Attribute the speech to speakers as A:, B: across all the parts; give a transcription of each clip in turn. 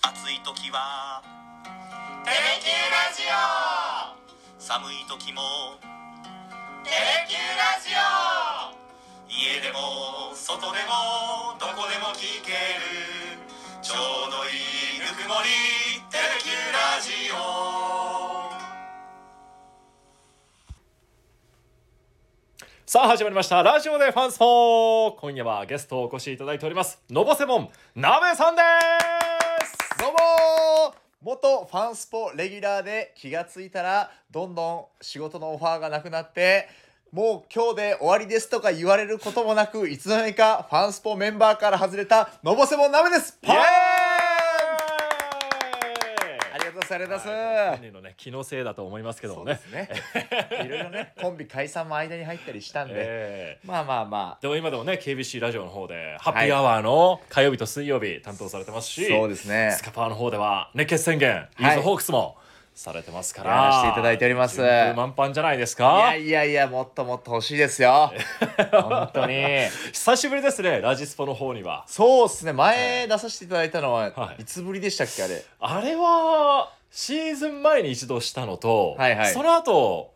A: 暑い時は
B: テレキューラジオ
A: 寒い時も
B: テレキューラジオ
A: 家でも外でもどこでも聞けるちょうどいいぬくもりテレキューラジオ
C: さあ始まりましたラジオでファンスポ今夜はゲストをお越しいただいておりますのぼせもんなべさんです
D: どうもー元ファンスポレギュラーで気がついたらどんどん仕事のオファーがなくなってもう今日で終わりですとか言われることもなくいつの間にかファンスポメンバーから外れたのぼせもんなめです
C: イエーイ
D: パンありがとうございますあ
C: はい
D: り
C: 本
D: がとうございます
C: 人のね気のせいだと思いますけど
D: そ
C: も
D: う
C: ね
D: ですね いろいろねコンビ解散も間に入ったりしたんで、
C: ええ
D: まあまあまあ
C: でも今でもね KBC ラジオの方でハッピーアワーの火曜日と水曜日担当されてますし、
D: そうですね
C: スカパーの方では熱血宣言ユーズホークスもされてますから
D: やらせていただいております
C: 順風満帆じゃないです
D: い
C: か
D: やいやいやもっともっと欲しいですよ本当に
C: 久しぶりですねラジスポの方には
D: そうですね前出させていただいたのは、
C: はい
D: い、つぶりでしたっけあれ
C: あれはシーズン前に一度したのと、
D: はいはい
C: その後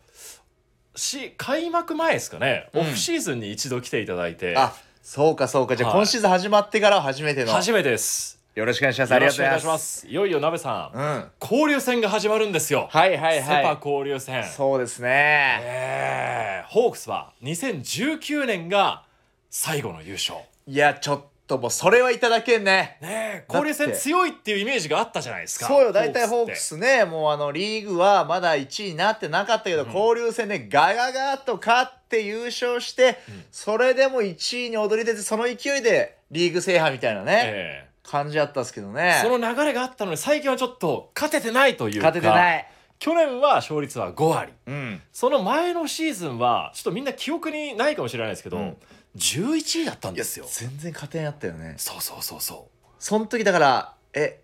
C: し開幕前ですかね、
D: うん
C: オフシーズンに一度来ていただいて
D: あそうかそうかじゃあ、
C: はい
D: 今シーズン始まってから初めての
C: 初めてです
D: よろしくお願いしますあ
C: よ
D: り
C: ろし
D: が
C: く
D: とう
C: お
D: ござ
C: 願いし
D: います
C: ますいよいよ鍋さん、
D: うんは
C: 交流戦が始まるんですよ、
D: いはい
C: セ・パ
D: は
C: 交流戦
D: いそうですね
C: えーホークスは2019年が最後の優勝
D: いやちょっともうそれはいただけんね
C: ねえ交流戦強いっていうイメージがあったじゃないですか
D: そうよ大体ホーク
C: って
D: スねもうあのリーグはまだ1位になってなかったけど、交流戦でガガガーッと勝って優勝して、それでも1位に躍り出てその勢いでリーグ制覇みたいなね、
C: え
D: 感じあったんですけど
C: え
D: ね
C: その流れがあったのに最近はちょっと勝ててないというか
D: 勝ててない
C: 去年は勝率は5割
D: うん
C: その前のシーズンはちょっとみんな記憶にないかもしれないですけど、
D: うん
C: 11位だったん
D: い
C: で
D: や
C: すよ
D: 全然加点あったよね
C: そうそうそうそう
D: その時だからえ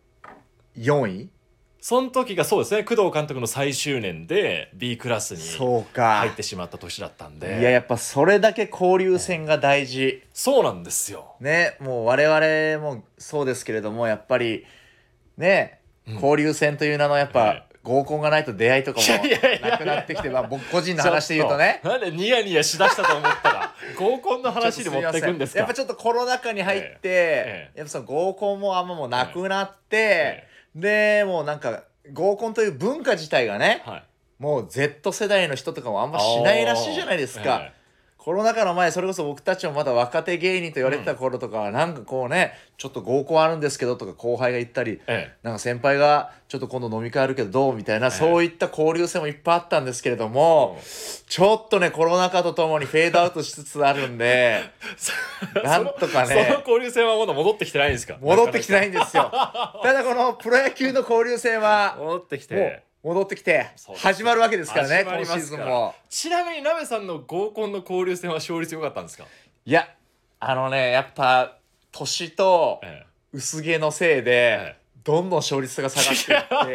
D: 4位
C: その時がそうですね工藤監督の最終年で B クラスに
D: そうか
C: 入ってしまった年だったん
D: い
C: で
D: ややっぱそれだけ交流戦が大事
C: そうなんですよ
D: ねもう我々もそうですけれどもやっぱりね
C: うん
D: 交流戦という名のやっ
C: は
D: ぱ合コンがないと出会いとかも
C: いやいやいや
D: なくなってきてまあ僕個人の話で言うとね
C: ちょっなんでニヤニヤしだしたと思った ら合コンの話に持っていくんですか
D: やっぱちょっとコロナ禍に入って、
C: ええ
D: やっぱその合コンもあんまもうなくなって、でもうなんか合コンという文化自体がね、
C: はい
D: もう Z 世代の人とかもあんましないらしいじゃないですか、
C: え
D: コロナ禍の前それこそ僕たちもまだ若手芸人と言われてた頃とかは、なんかこうねちょっと合コンあるんですけどとか後輩が言ったり
C: ええ
D: なんか先輩がちょっと今度飲み会あるけどどうみたいな、そういった交流戦もいっぱいあったんですけれど
C: う
D: も、
C: ん
D: ちょっとねコロナ禍とともにフェードアウトしつつある んで
C: え
D: なんとか
C: そのその
D: ね
C: 交流戦はまだ戻ってきてないんですか
D: 戻ってきてないいんですよただこのプロ野球の交流戦はも
C: 戻ってきて
D: う戻ってきて
C: そうです
D: 始まるわけですから
C: 始
D: ね
C: まり
D: 今
C: ますか
D: シ
C: ら
D: ーズンも。
C: ちなみに鍋さんの合コンの交流戦は勝率良かったんですか、
D: いやあのねやっぱ年と
C: え
D: 薄毛のせい
C: え
D: で、どんどん勝率が下が っていって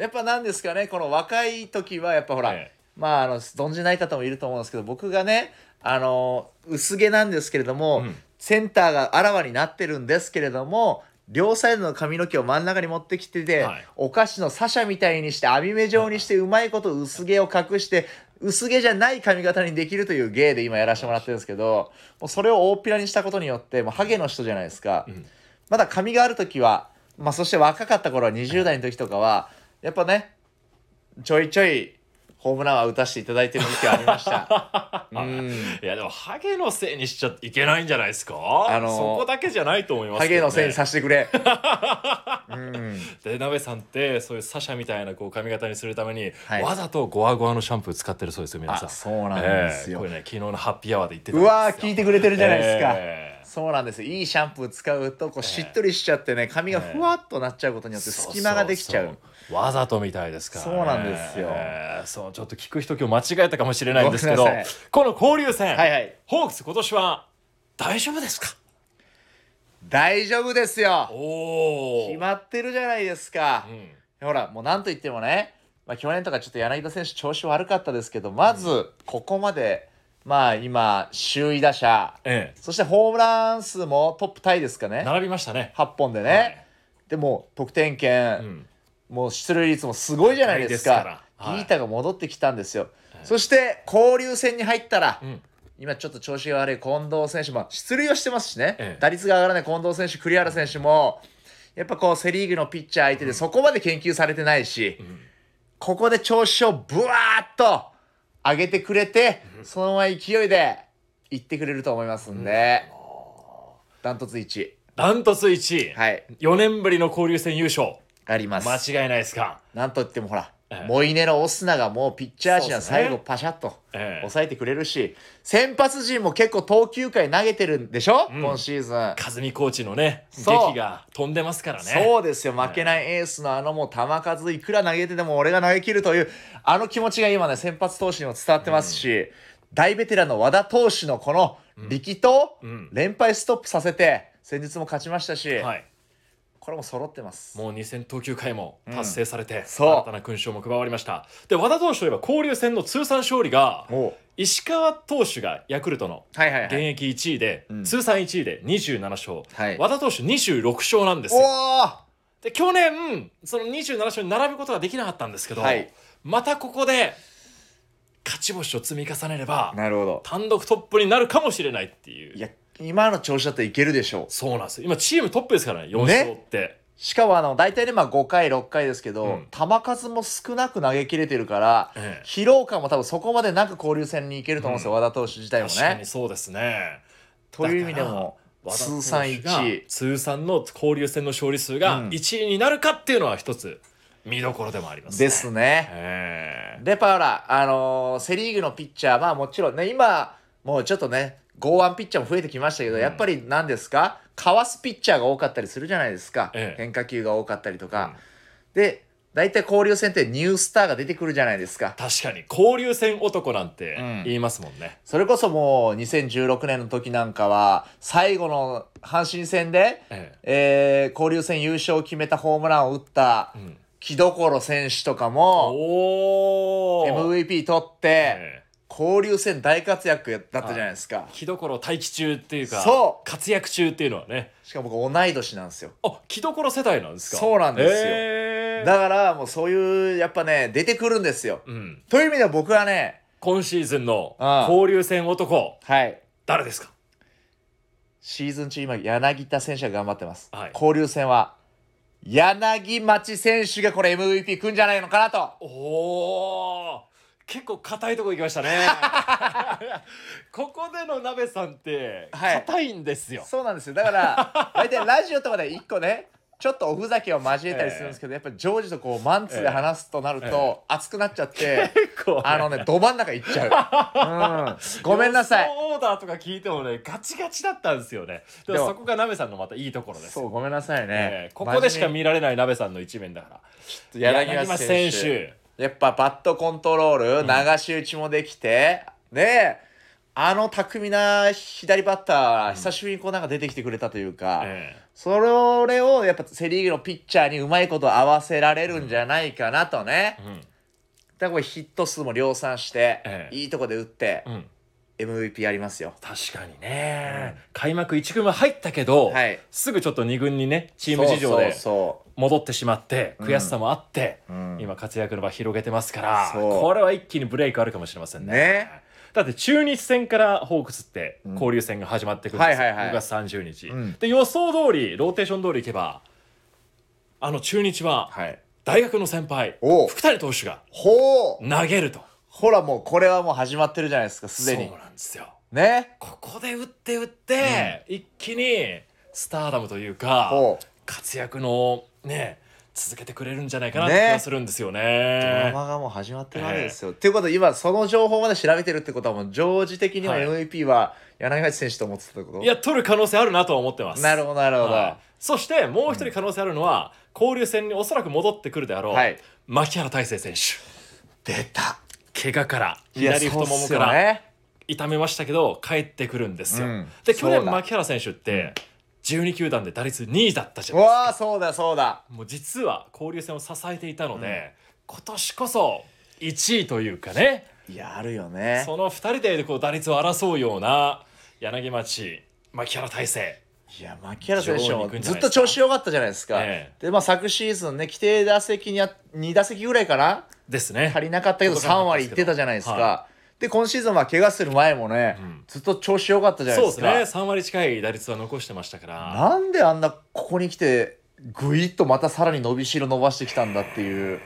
D: やっぱなんですかねこの若い時はやっぱほら、
C: ええ
D: まああの存じない方もいると思うんですけど僕がねあの薄毛なんですけれども、
C: うん
D: センターがあらわになってるんですけれども両サイドの髪の毛を真ん中に持ってきてて、
C: はい
D: お菓子のサシャみたいにして網目状にしてうまいこと薄毛を隠して薄毛じゃない髪型にできるという芸で今やらせてもらってるんですけどもうそれを大っぴらにしたことによってもうハゲの人じゃないですか、
C: ん
D: まだ髪がある時は、まあ、そして若かった頃は20代の時とかはやっぱねちょいちょいホームランは打たせていただいてる時期はありました うん
C: いやでもハゲのせいにしちゃいけないんじゃないですか、
D: あのー
C: そこだけじゃないと思いますけ
D: ハ
C: ど、ね、
D: ゲのせいにさせて くれうん
C: で鍋さんってそういうサシャみたいなこう髪型にするために、
D: はい
C: わざとゴワゴワのシャンプー使ってるそうですよ皆さん
D: あそうなんですよ
C: ええこれね昨日のハッピーアワーで言ってたん
D: う
C: ですよ
D: わー聞いてくれてるじゃないですか、
C: ええ
D: そうなんですいいシャンプー使うとこうしっとりしちゃってね髪がふわっとなっちゃうことによって隙間ができちゃ
C: そう
D: う
C: そうわざとみたいですから、ね、
D: そうなんですよ
C: ええそうちょっと聞く人今日間違えたかもしれないんですけど
D: ごめんなさい
C: この交流戦、
D: はいはい
C: ホークス今年は大丈夫ですか
D: 大丈夫ですよ
C: おお
D: 決まってるじゃないですか
C: う、ん
D: ほらもうなんと言ってもね、まあ、去年とかちょっと柳田選手調子悪かったですけどまずここまで、まあ今首位打者
C: え
D: そしてホームラン数もトップタイですか
C: え
D: ね
C: 並びましたね
D: 8本でね、
C: はい
D: でも得点圏、
C: うん
D: もう出塁率もすごいじゃないですか
C: はいですからはい
D: ギータが戻ってきたんですよ、
C: はい
D: そして交流戦に入ったら、
C: うん
D: 今ちょっと調子が悪い近藤選手も出塁をしてますしね、
C: ええ
D: 打率が上がらない近藤選手栗原選手もやっぱこうセ・リーグのピッチャー相手でそこまで研究されてないし、
C: ん
D: ここで調子をぶわーっと上げてくれて、そのまま勢いでいってくれると思いますんで、ダントツ1
C: ダントツ1位、
D: はい
C: 4年ぶりの交流戦優勝
D: あります
C: 間違いないですか、
D: なんといってもほら、
C: ええ
D: モイネのオスナがもうピッチャー陣は
C: そうですね
D: 最後パシャッと
C: ええ
D: 抑えてくれるし、先発陣も結構投球回投げてるんでしょ、
C: ん
D: 今シーズン。
C: 和美コーチのね
D: そう
C: 劇が飛んでますからね
D: そうですよ負けないエースのあのもう球数いくら投げてても俺が投げ切るというあの気持ちが今ね先発投手にも伝わってますし、大ベテランの和田投手のこの力投、
C: うん
D: 連敗ストップさせて先日も勝ちましたし、
C: はい、
D: これも揃ってます。
C: もう2000投球回も達成されて、
D: そう
C: 新たな勲章も加わりましたで和田投手といえば交流戦の通算勝利が
D: おう
C: 石川投手がヤクルトの
D: はいはいは
C: 現
D: い。
C: 役1位で、
D: うん
C: 通算1位で27勝、
D: はい
C: 和田投手26勝なんです
D: お
C: よ
D: ー
C: で去年その27勝に並ぶことができなかったんですけど、
D: はい
C: またここで勝ち星を積み重ねれば
D: なるほど。
C: 単独トップになるかもしれないっていう
D: いや今の調子だといけるでしょう。
C: そうなんですよ今チームトップですからね4勝って、
D: しかもあの大体ねまあ5回6回ですけど、
C: うん
D: 球数も少なく投げ切れてるから、
C: ええ
D: 疲労感も多分そこまでなく交流戦に行けると思うんですよ、和田投手自体も
C: 確かに
D: ね。
C: そうですね
D: という意味でも
C: 和田投手
D: 通算
C: が
D: 1位
C: 通算の交流戦の勝利数
D: う
C: が
D: ん
C: 1位になるかっていうのは一つ見どころでもあります、ね、
D: ですね。
C: え
D: でパウラ、あのーセ・リーグのピッチャーまあもちろんね今もうちょっとね剛腕ピッチャーも増えてきましたけど、やっぱり何ですかかわすピッチャーが多かったりするじゃないですか、
C: ええ
D: 変化球が多かったりと
C: え
D: か、で大体交流戦ってニュースターが出てくるじゃないですか。
C: 確かに交流戦男なんて
D: うん
C: 言いますもんね、
D: それこそもう2016年の時なんかは最後の阪神戦で、
C: ええ
D: えー交流戦優勝を決めたホームランを打った
C: うん
D: 木所選手とかも
C: おお
D: MVP 取って、
C: ええ
D: 交流戦大活躍だったじゃないですか、
C: 木所待機中っていうか
D: そ
C: 活躍中っていうのはね
D: しかも僕同い年なんですよ
C: あ木所世代なんですか
D: そうなんですよ
C: ええ
D: だからもうそういうやっぱね出てくるんですよ、
C: うん、
D: という意味では僕はね
C: 今シーズンの
D: ああ
C: 交流戦男
D: はい
C: 誰ですか
D: シーズン中今柳田選手が頑張ってます、
C: はい
D: 交流戦は柳町選手がこれ MVP くんじゃないのかなと
C: おお結構硬いとこ行きま したねここでの鍋さんって
D: はい
C: 硬いんですよ、
D: そうなんですよだから大体ラジオとかで一個ねちょっとおふざけを交えたりするんですけど、やっぱジョージとこうマンツーで話すとなる
C: え
D: と熱くなっちゃって、
C: 結構ね
D: あのねど真ん中いっちゃう、うん、ごめんなさ
C: 予
D: い
C: 想オーダーとか聞いてもねガチガチだったんですよねで
D: で
C: も
D: も
C: そこが鍋さんのまたいいところです
D: そうごめんなさいね
C: え、えここでしか
D: 真面
C: 見られない鍋さんの一面だから
D: 目柳町選手やっぱバットコントロール流し打ちもできて、であの巧みな左バッターは久しぶりにこうなんか出てきてくれたというか、
C: ええ
D: それをやっぱセ・リーグのピッチャーにうまいこと合わせられるんじゃないかなとね、
C: うん
D: だからこれヒット数も量産して、
C: ええ
D: いいとこで打って、
C: うん
D: MVP ありますよ。
C: 確かにね、開幕1軍は入ったけど、
D: はい
C: すぐちょっと2軍にねチーム事情で
D: そう
C: 戻ってしまって
D: ん
C: 悔しさもあって、
D: ん
C: 今活躍の場広げてますから
D: そう
C: これは一気にブレイクあるかもしれませんね。
D: ね
C: だって中日戦からホークスって交流戦が始まってくるんですよ、
D: はいはいはい
C: 5月30日、
D: うん
C: で予想通りローテーション通りいけばあの中日は
D: そうはい
C: 大学の先輩
D: おう
C: 福谷投手が
D: ほう
C: 投げると
D: ほらもうこれはもう始まってるじゃないですかすでに
C: そうなんですよ
D: ね
C: ここで打って打って、一気にスターダムというか
D: ほう
C: 活躍のね続けてくれるんじゃないかなって気
D: ね
C: がするんですよね。
D: ドラマがもう始まってるわけですよ。ということで今その情報まで調べてるってことはもう常時的には
C: はい
D: MVP は柳町選手と思ってたってこと
C: いや取る可能性あるなとは思ってます。
D: なるほどなるほど。
C: はいそしてもう一人可能性あるのは、交流戦におそらく戻ってくるであろう、
D: はい
C: 牧原大成選手
D: 出た
C: 怪我から
D: いや
C: 左太も
D: そう
C: も
D: っす
C: か
D: よ
C: ら、
D: ね
C: 痛めましたけど帰ってくるんですよ。
D: うん
C: で去
D: そ
C: 年
D: うだ
C: 牧原選手って12球団で打率2位だったじゃ
D: う
C: ないですか
D: わあそうだそうだ
C: もう実は交流戦を支えていたので、今年こそ1位というかね
D: いやあるよね
C: その2人でこう打率を争うような柳町牧原大成
D: いや牧原選手
C: 上位に行
D: も
C: くんじゃ
D: ず
C: な
D: っ
C: いですか
D: と調子良かったじゃないですか、
C: え
D: でまあ昨シーズンね規定打席にあ2打席ぐらいかな
C: ですね
D: 足りなかったけど
C: 届かなか
D: 3
C: った
D: 割
C: で
D: い
C: す
D: っ
C: けど
D: てたじゃないですか、
C: は
D: で今シーズンは怪我する前もね、
C: うん
D: ずっと調子良かったじゃない
C: そう
D: で
C: ですす
D: か
C: ね3割近い打率は残してましたから
D: なんであんなここに来てぐいっとまたさらに伸びしろ伸ばしてきたんだっていう
C: やっ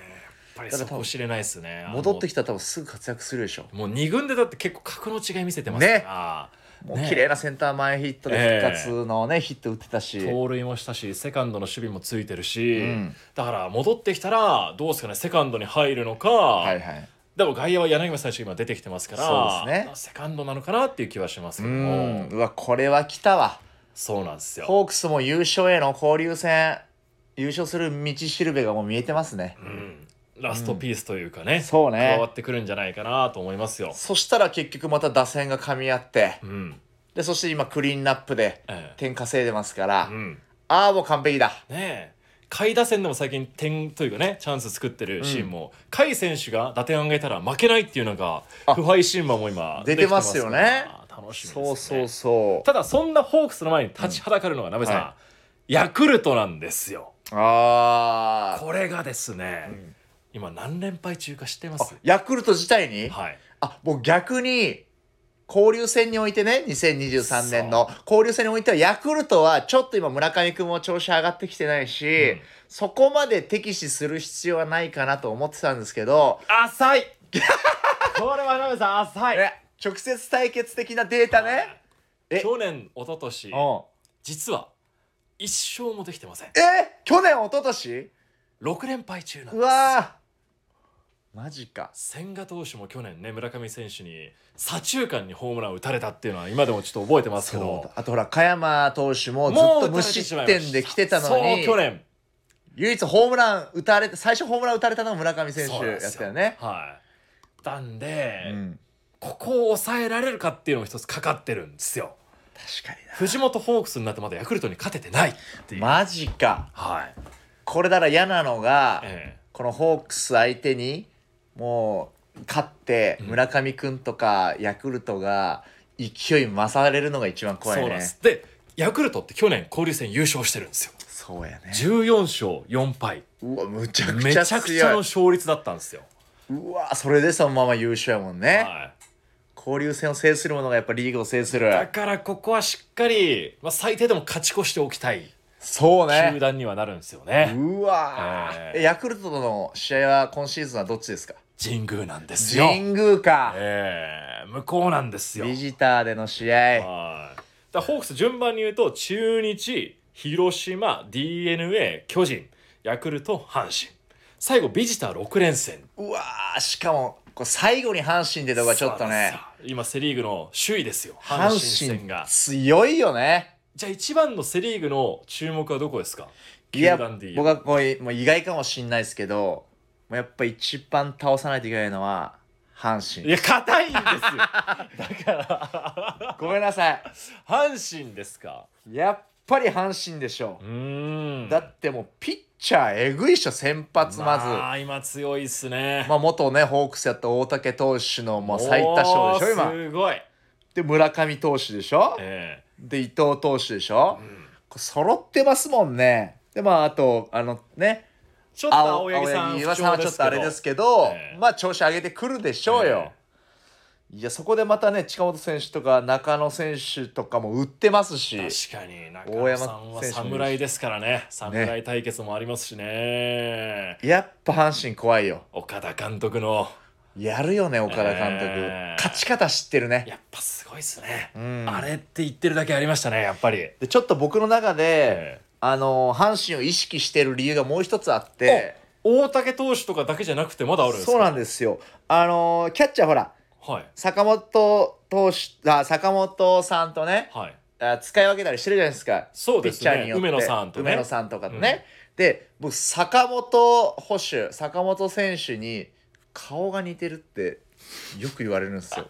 C: ぱりそこ知れないですね
D: 戻って
C: き
D: きたら多分すぐ活躍するでしょ
C: もう2軍でだって結構格の違い見せてますから、
D: もう
C: ね
D: 綺麗なセンター前ヒットで復活のね、ヒット打ってたし
C: 盗塁もしたしセカンドの守備もついてるし、
D: うん
C: だから戻ってきたらどうですかねセカンドに入るのか、
D: はいはい
C: でも外野は柳町選手今出てきてますから
D: そうですね
C: セカンドなのかなっていう気はします
D: う
C: けど
D: ん
C: も
D: うわこれは来たわ
C: そうなんですよ、
D: ホークスも優勝への交流戦優勝する道しるべがもう見えてますね
C: うん、ラストピースというかね,、
D: そうね
C: 加わってくるんじゃないかなと思いますよ、
D: そしたら結局また打線が噛み合って
C: うん
D: でそして今クリーンナップで
C: ええ
D: 点稼いでますから、
C: うん、
D: ああもう完璧だ
C: ねえ下位打線でも最近点というかねチャンス作ってるシーンも、甲斐選手が打点を挙げたら負けないっていうのが
D: あ
C: 不敗シーンも今
D: 出てますよね
C: 出てますから楽しみです、ね、
D: そうそうそ
C: ただそんなホークスの前に立ちはだかるのが、なべさん、
D: は
C: ヤクルトなんですよ
D: うあー
C: これがですね、今何連敗中か知ってま
D: あ
C: す
D: ヤクルト自体に、
C: はい
D: あ僕逆に交流戦においてね2023年の交流戦においてはヤクルトはちょっと今村上君も調子上がってきてないし、
C: うん
D: そこまで敵視する必要はないかなと思ってたんですけど
C: 浅い これはなべさん浅い
D: え直接対決的なデータねえ
C: 去年一昨年
D: うん
C: 実は一勝もできてません
D: え去年一昨年
C: 6連敗中なん
D: う
C: です
D: わーマジか
C: 千賀投手も去年ね村上選手に左中間にホームラン打たれたっていうのは今でもちょっと覚えてますけ
D: そう
C: ど
D: だあとほら加山投手もずっ
C: もう
D: と
C: 打た
D: 無
C: れてし
D: 失
C: まいました
D: 点で来てたのに
C: そう去年
D: 唯一ホームラン打たれて最初ホームラン打たれたのが村上選
C: そうな
D: 手
C: んで
D: やっ
C: す
D: たよね。
C: はいなんで、
D: うん
C: ここを抑えられるかっていうのも一つかかってるんですよ
D: 確かにな
C: 藤本ホークスになってまだヤクルトに勝ててないっていう、
D: マジか
C: はい、
D: これだから嫌なのが、
C: え
D: このホークス相手にもう勝って
C: うん
D: 村上君とかヤクルトが勢い勝られるのが一番
C: え
D: 怖
C: そ
D: いう
C: なん
D: ね
C: ですでヤクルトって去年交流戦優勝してるんですよ
D: そうやね
C: 14勝4敗
D: うわむちゃく
C: め
D: ち
C: ち
D: ゃ
C: ゃくちゃの
D: 強い
C: 勝率だったんですよ、
D: うわそれでそのまま優勝やもんね、
C: はい、
D: 交流戦を制するものがやっぱリーグを制する
C: だからここはしっかり、まあ、最低でも勝ち越しておきたい
D: そう
C: 球
D: ね
C: 団にはなるんですよね
D: うわ
C: え、
D: ー
C: え
D: えヤクルトとの試合は今シーズンはどっちですか
C: 神宮なんですよ、
D: 神宮か、
C: ええ向こうなんですよ
D: ビジターでの試合
C: はいだからホークス順番に言うと中日広島 d n a 巨人ヤクルト阪神最後ビジター6連戦
D: うわーしかもこう最後に阪神でとかちょっとね
C: さあ今セ・リーグの首位ですよ阪
D: 阪
C: 神
D: 神
C: 戦が
D: 強いよね
C: じゃあ一番のセ・リーグの注目はどこですか
D: いや
C: 球団で言えば
D: 僕はこうもう意外かもしんないですけどもうやっぱ一番倒さないといけないのは阪
C: い
D: 神
C: や硬いんですよ だから
D: ごめんなさい
C: 阪神ですか
D: やっぱり阪神でしょ
C: うーん
D: うだってもうピッチャーえぐいっしょ先発まず、
C: あ今強いっすね、
D: まあ、元ねホークスやった大竹投手のもう最多勝でしょ
C: おー
D: 今
C: すごい
D: で村上投手でしょ
C: ええ
D: で伊藤投手でしょ、これ揃ってますもんねでまああとあのね
C: ちょっと
D: 青
C: 青
D: 柳
C: 柳さん
D: さんはちょっとあれですけど、
C: ええ
D: まあ調子上げてくるでしょうよ、いやそこでまたね近本選手とか中野選手とかも売ってますし
C: 確かに中野さんは
D: 大山選手もいるし
C: 侍ですからね侍対決もありますしね
D: やっぱ阪神怖いよ
C: 岡田監督の
D: やるよね岡田監督、
C: ええ
D: 勝ち方知ってるね
C: やっぱすごいっすね、
D: ん
C: あれって言ってるだけありましたねやっぱり
D: でちょっと僕の中で、
C: ええ
D: あの阪神を意識してる理由がもう一つあって
C: お大竹投手とかだけじゃなくてまだあるんですか
D: そうなんんですよあのキャッチャーほら
C: はい
D: 坂本投手あ坂本さんとね、
C: はい
D: あ使い分けたりしてるじゃないですか
C: そうですね
D: ピッチャーによって
C: 梅野さんとね
D: 梅野さんとかとね、で僕坂本捕手坂本選手に顔が似てるってよく言われるんですよ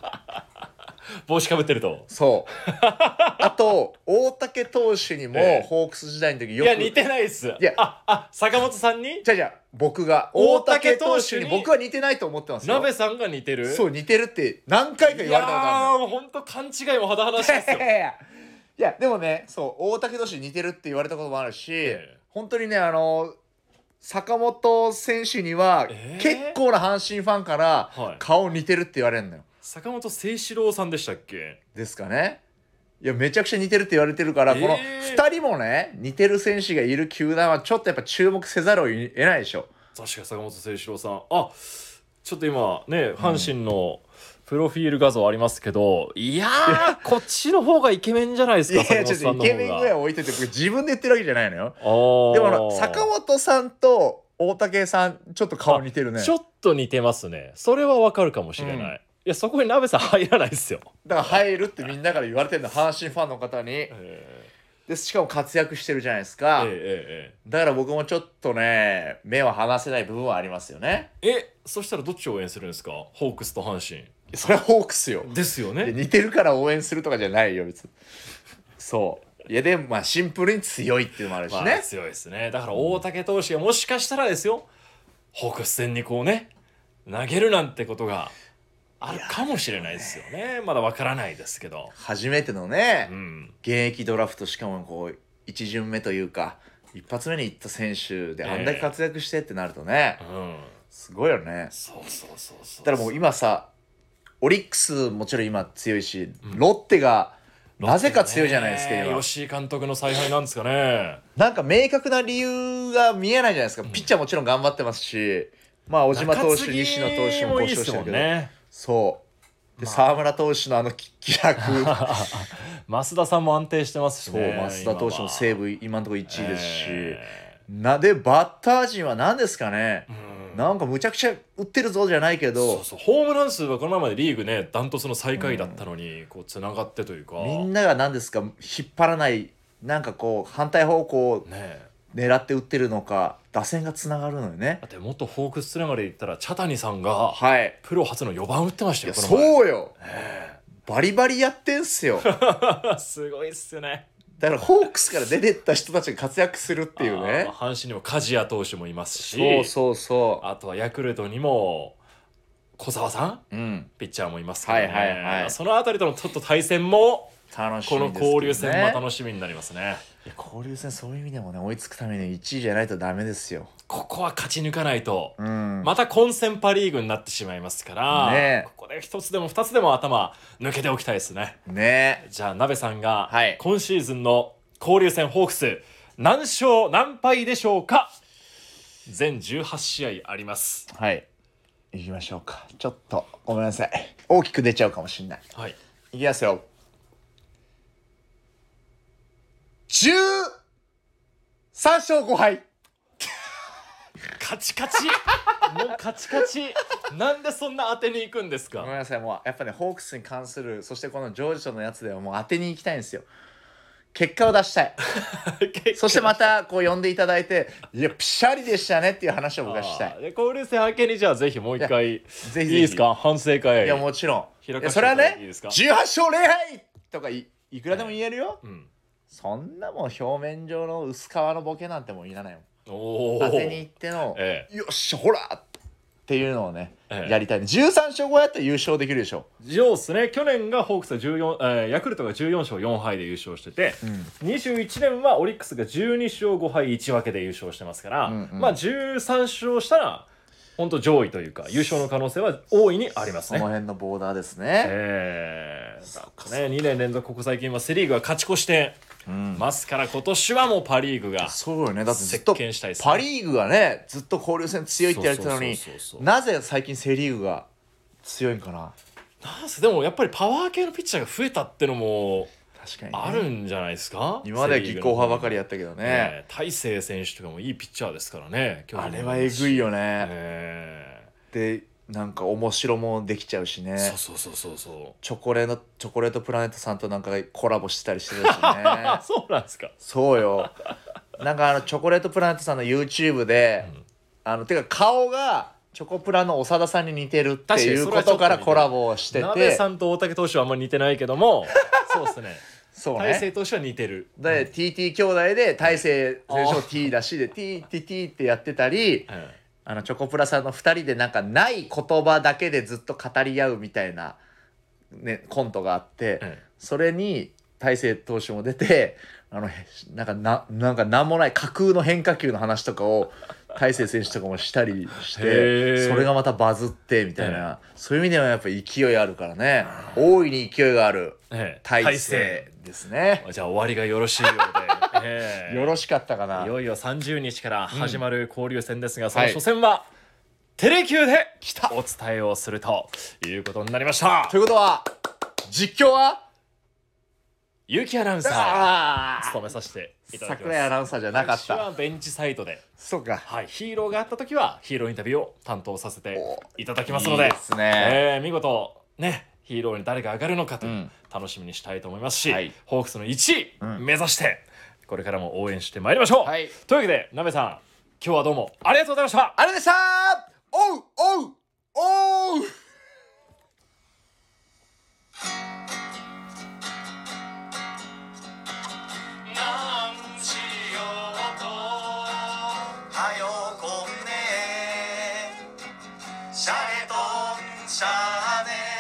C: 帽子かぶってると
D: そ うあと大竹投手にも、
C: ええ
D: ホークス時代の時
C: い
D: よく
C: や似てないっす
D: いや
C: ああ坂本さんに
D: じゃあじゃあ僕が大
C: 大
D: 竹
C: 竹
D: 投
C: 投
D: 手
C: 手に
D: に僕は似てないと思ってますよ
C: 鍋さんが似てる
D: そう似てるって何回か
C: い
D: 言われたことあ
C: やーもう本当勘違いも甚だしいです
D: る
C: よ
D: のいやいやいいやでもねそう大竹投手に似てるって言われたこともあるし、
C: ええ
D: 本当にねあの坂本選手には
C: ええ
D: 結構な阪神ファンから
C: はい
D: 顔似てるって言われるのよ。
C: 坂本誠志郎さんでしたっけ
D: ですかね。いやめちゃくちゃ似てるって言われてるから、
C: ええ
D: この2人もね似てる選手がいる球団はちょっとやっぱ注目せざるを得ないでしょ。
C: 確か坂本誠志郎さんあちょっと今ね阪神のプロフィール画像ありますけど、いやーこっちの方がイケメンじゃないです
D: い
C: か
D: や
C: 坂
D: ち
C: 本
D: ょ
C: さんの
D: っとイ
C: 方
D: ケメンぐらい
C: が
D: は置いといて僕自分で言ってるわけじゃないのよ。
C: あー
D: でもあの坂本さんと大竹さんちょっと顔似てるね。
C: ちょっと似てますねそれはわかるかもしれない、
D: うん
C: いやそこに鍋さん入らないですよ、
D: だから入るってみんなから言われてるの阪神ファンの方に
C: え
D: でしかも活躍してるじゃないです
C: え
D: か、
C: え
D: だから僕もちょっとね目を離せない部分はありますよね
C: えええそしたらどっちを応援するんですかホークスと阪神
D: それはホークスよ
C: ですよ
D: で
C: ね
D: 似てるから応援するとかじゃないよ別にそういやでもまあシンプルに強いっていうのもあるし
C: まあ、
D: ね、
C: 強いですねだから大竹投手がもしかしたらですよホークス戦にこうね投げるなんてことがあるかもしれないですよねまだわからないですけど
D: 初めてのね、
C: うん
D: 現役ドラフトしかもこう一巡目というか一発目に行った選手であんだけ活躍してってなるとね、
C: うん
D: すごいよね
C: そうそうそうそう
D: だからもう今さオリックスもちろん今強いし、ロッテがなぜか強いじゃないですか、
C: ねえ
D: 今
C: 吉井監督の采配なんですかね
D: なんか明確な理由が見えないじゃないですかピッチャーもちろん頑張ってますしまあ小島投手西野投手も
C: 中継い
D: 故
C: いっ
D: 障
C: す
D: して
C: も
D: る
C: ん
D: けど、
C: ね
D: そうで沢村投手のあの気気 楽
C: 増田さんも安定してますし
D: そう
C: ね
D: 増田投手も西
C: 今は
D: 武今のところ1位ですし、
C: え
D: なでバッター陣は何ですかね、
C: え
D: なんかむちゃくちゃ打ってるぞじゃないけ
C: そう
D: ど
C: そうホームラン数はこの前までリーグねダントツの最下位だったのにこうつながってというか
D: みん
C: ね
D: なが何ですか引っ張らないなんかこう反対方向を
C: え
D: 狙って打ってるのか打線がつながるのよね
C: だって元ホークスつながりで言ったら茶谷さんが
D: はい
C: プロ初の4番打ってまし
D: い
C: たよ
D: や
C: この前
D: そうよバリバリやってん すよだ
C: すごいっすよね
D: からホークスから出てった人たちが活躍するっていう
C: あーま
D: ね
C: あ阪神にも梶谷投手もいますし
D: そうそうそ
C: あとはヤクルトにも小沢さん
D: ううん
C: ピッチャーもいますからね
D: はいはいはい
C: そのあたりとのちょっと対戦も
D: 楽し
C: こ
D: み
C: の
D: ですけ
C: 交
D: どね
C: 流戦も楽しみになりますね
D: いや交流戦そういう意味でもね追いつくために1位じゃないとダメですよ
C: ここは勝ち抜かないと、
D: うん
C: また混戦パ・リーグになってしまいますから、
D: ねえ
C: ここで一つでも二つでも頭抜けておきたいですね
D: ね
C: じゃあ鍋さんが、
D: はい
C: 今シーズンの交流戦ホークス何勝何敗でしょうか全18試合あります
D: はい行きましょうかちょっとごめんなさい大きく出ちゃうかもしんない
C: はい
D: いきますよ。十三勝五敗。
C: カチカチ もうカチカチなんでそんな当てに行くんです
D: ごめ
C: か
D: んなさい、もうやっぱね、ホークスに関する、そしてこのジョージとのやつではもう当てに行きたいんですよ。結果を出したい。そしてまたこう呼んでいただいて、いや、ピシャリでしたねっていう話を僕はした
C: あ
D: い
C: ー。で交流戦明けにじゃあぜひもう一回
D: ぜひぜひ
C: いいですか反省会
D: いや、もちろん。い
C: 開かせて
D: や、それはね、
C: いいですか
D: 18勝0敗とかいいくらでも言えるよ。
C: うん、
D: そんなもう表面上の薄皮のボケなんてもういらないもん。
C: おお
D: 当てに行っての、
C: え
D: よっしゃほらっていうのをね、
C: ええ
D: やりたいね13勝後やったら優勝できるでしょ
C: そうですね去年がホークスが14、えーヤクルトが14勝4敗で優勝してて、21年はオリックスが12勝5敗1分けで優勝してますから、
D: うんうん
C: まあ13勝したら本当上位というか優勝の可能性は大いにあります
D: その
C: ね。
D: 辺のボーダーですね、
C: えー、だからね2年連続ここ最近はセ・リーグは勝ち越して
D: うん
C: ますから今年はもうパ・リーグが
D: そうよねだってずっと
C: 席巻したいですね
D: パ・リーグがねずっと交流戦強いってやってたのに
C: そうそうそうそう
D: なぜ最近セ・リーグが強いんかな
C: なんせでもやっぱりパワー系のピッチャーが増えたってのも
D: 確かにね、
C: あるんじゃないですか
D: 今までは銀行派ばかりやったけどね
C: ねえ大勢選手とかもいいピッチャーですからね
D: あれはえぐい
C: よ、
D: よね、
C: え
D: でなんか面白もできちゃうしね
C: えそうそうそうそうそ
D: チョコレートチョコレートプラネットさんとなんかコラボしてたりしてた し
C: う
D: ね
C: あそうなんですか
D: そうよなんかあのチョコレートプラネットさんの YouTube で、あのてか顔がチョコプラの長田さんに似てるっていう
C: 確かにそ
D: こ
C: れはちょっと
D: とからコラボをして
C: 鍋
D: て
C: さんと大竹投手はあんまり似てないけども そうですね
D: そう
C: 大勢
D: ね
C: 投手は似てる
D: で TT 兄弟で大勢
C: あー
D: 全勝 T だしで TTT ってやってたり
C: うん
D: あのチョコプラさんの2人でなんかない言葉だけでずっと語り合うみたいな、ね、コントがあって、
C: うん
D: それに大勢投手も出てあのへなんかななんか何もない架空の変化球の話とかを大勢選手とかもしたりし
C: へ
D: て
C: ー
D: それがまたバズってみたいなそういう意味ではやっぱ勢いあるからね大いに勢いがある
C: ええ
D: 大勢ですね。
C: じゃあ終わりがよろしいよう で、ええ
D: よろしかったかない
C: よいよ30日から始まる交流戦ですが、その
D: はい
C: 初戦は、テレキューでお伝えをするということになりました
D: ということは実況は
C: 結城アナウンサ
D: あ
C: ー
D: ー
C: 務めさせていただきま
D: 桜
C: す
D: 井アナウンサーじゃなかっ
C: 私は
D: た
C: ベンチサイドで、
D: そうか
C: はい、ヒーローがあった時はヒーローインタビューを担当させていただきますので
D: いいですね、
C: えー見事ねヒーローに誰が上がるのかという、
D: うん
C: 楽しみにしたいと思いますし、
D: はい
C: ホークスの1位、
D: うん
C: 目指してこれからも応援してまいりましょう、
D: はい
C: というわけでなべさん今日はどうもありがとうございました
D: あれでしたおうおうおう
A: なんしようとはよこんねシャレとんしゃあね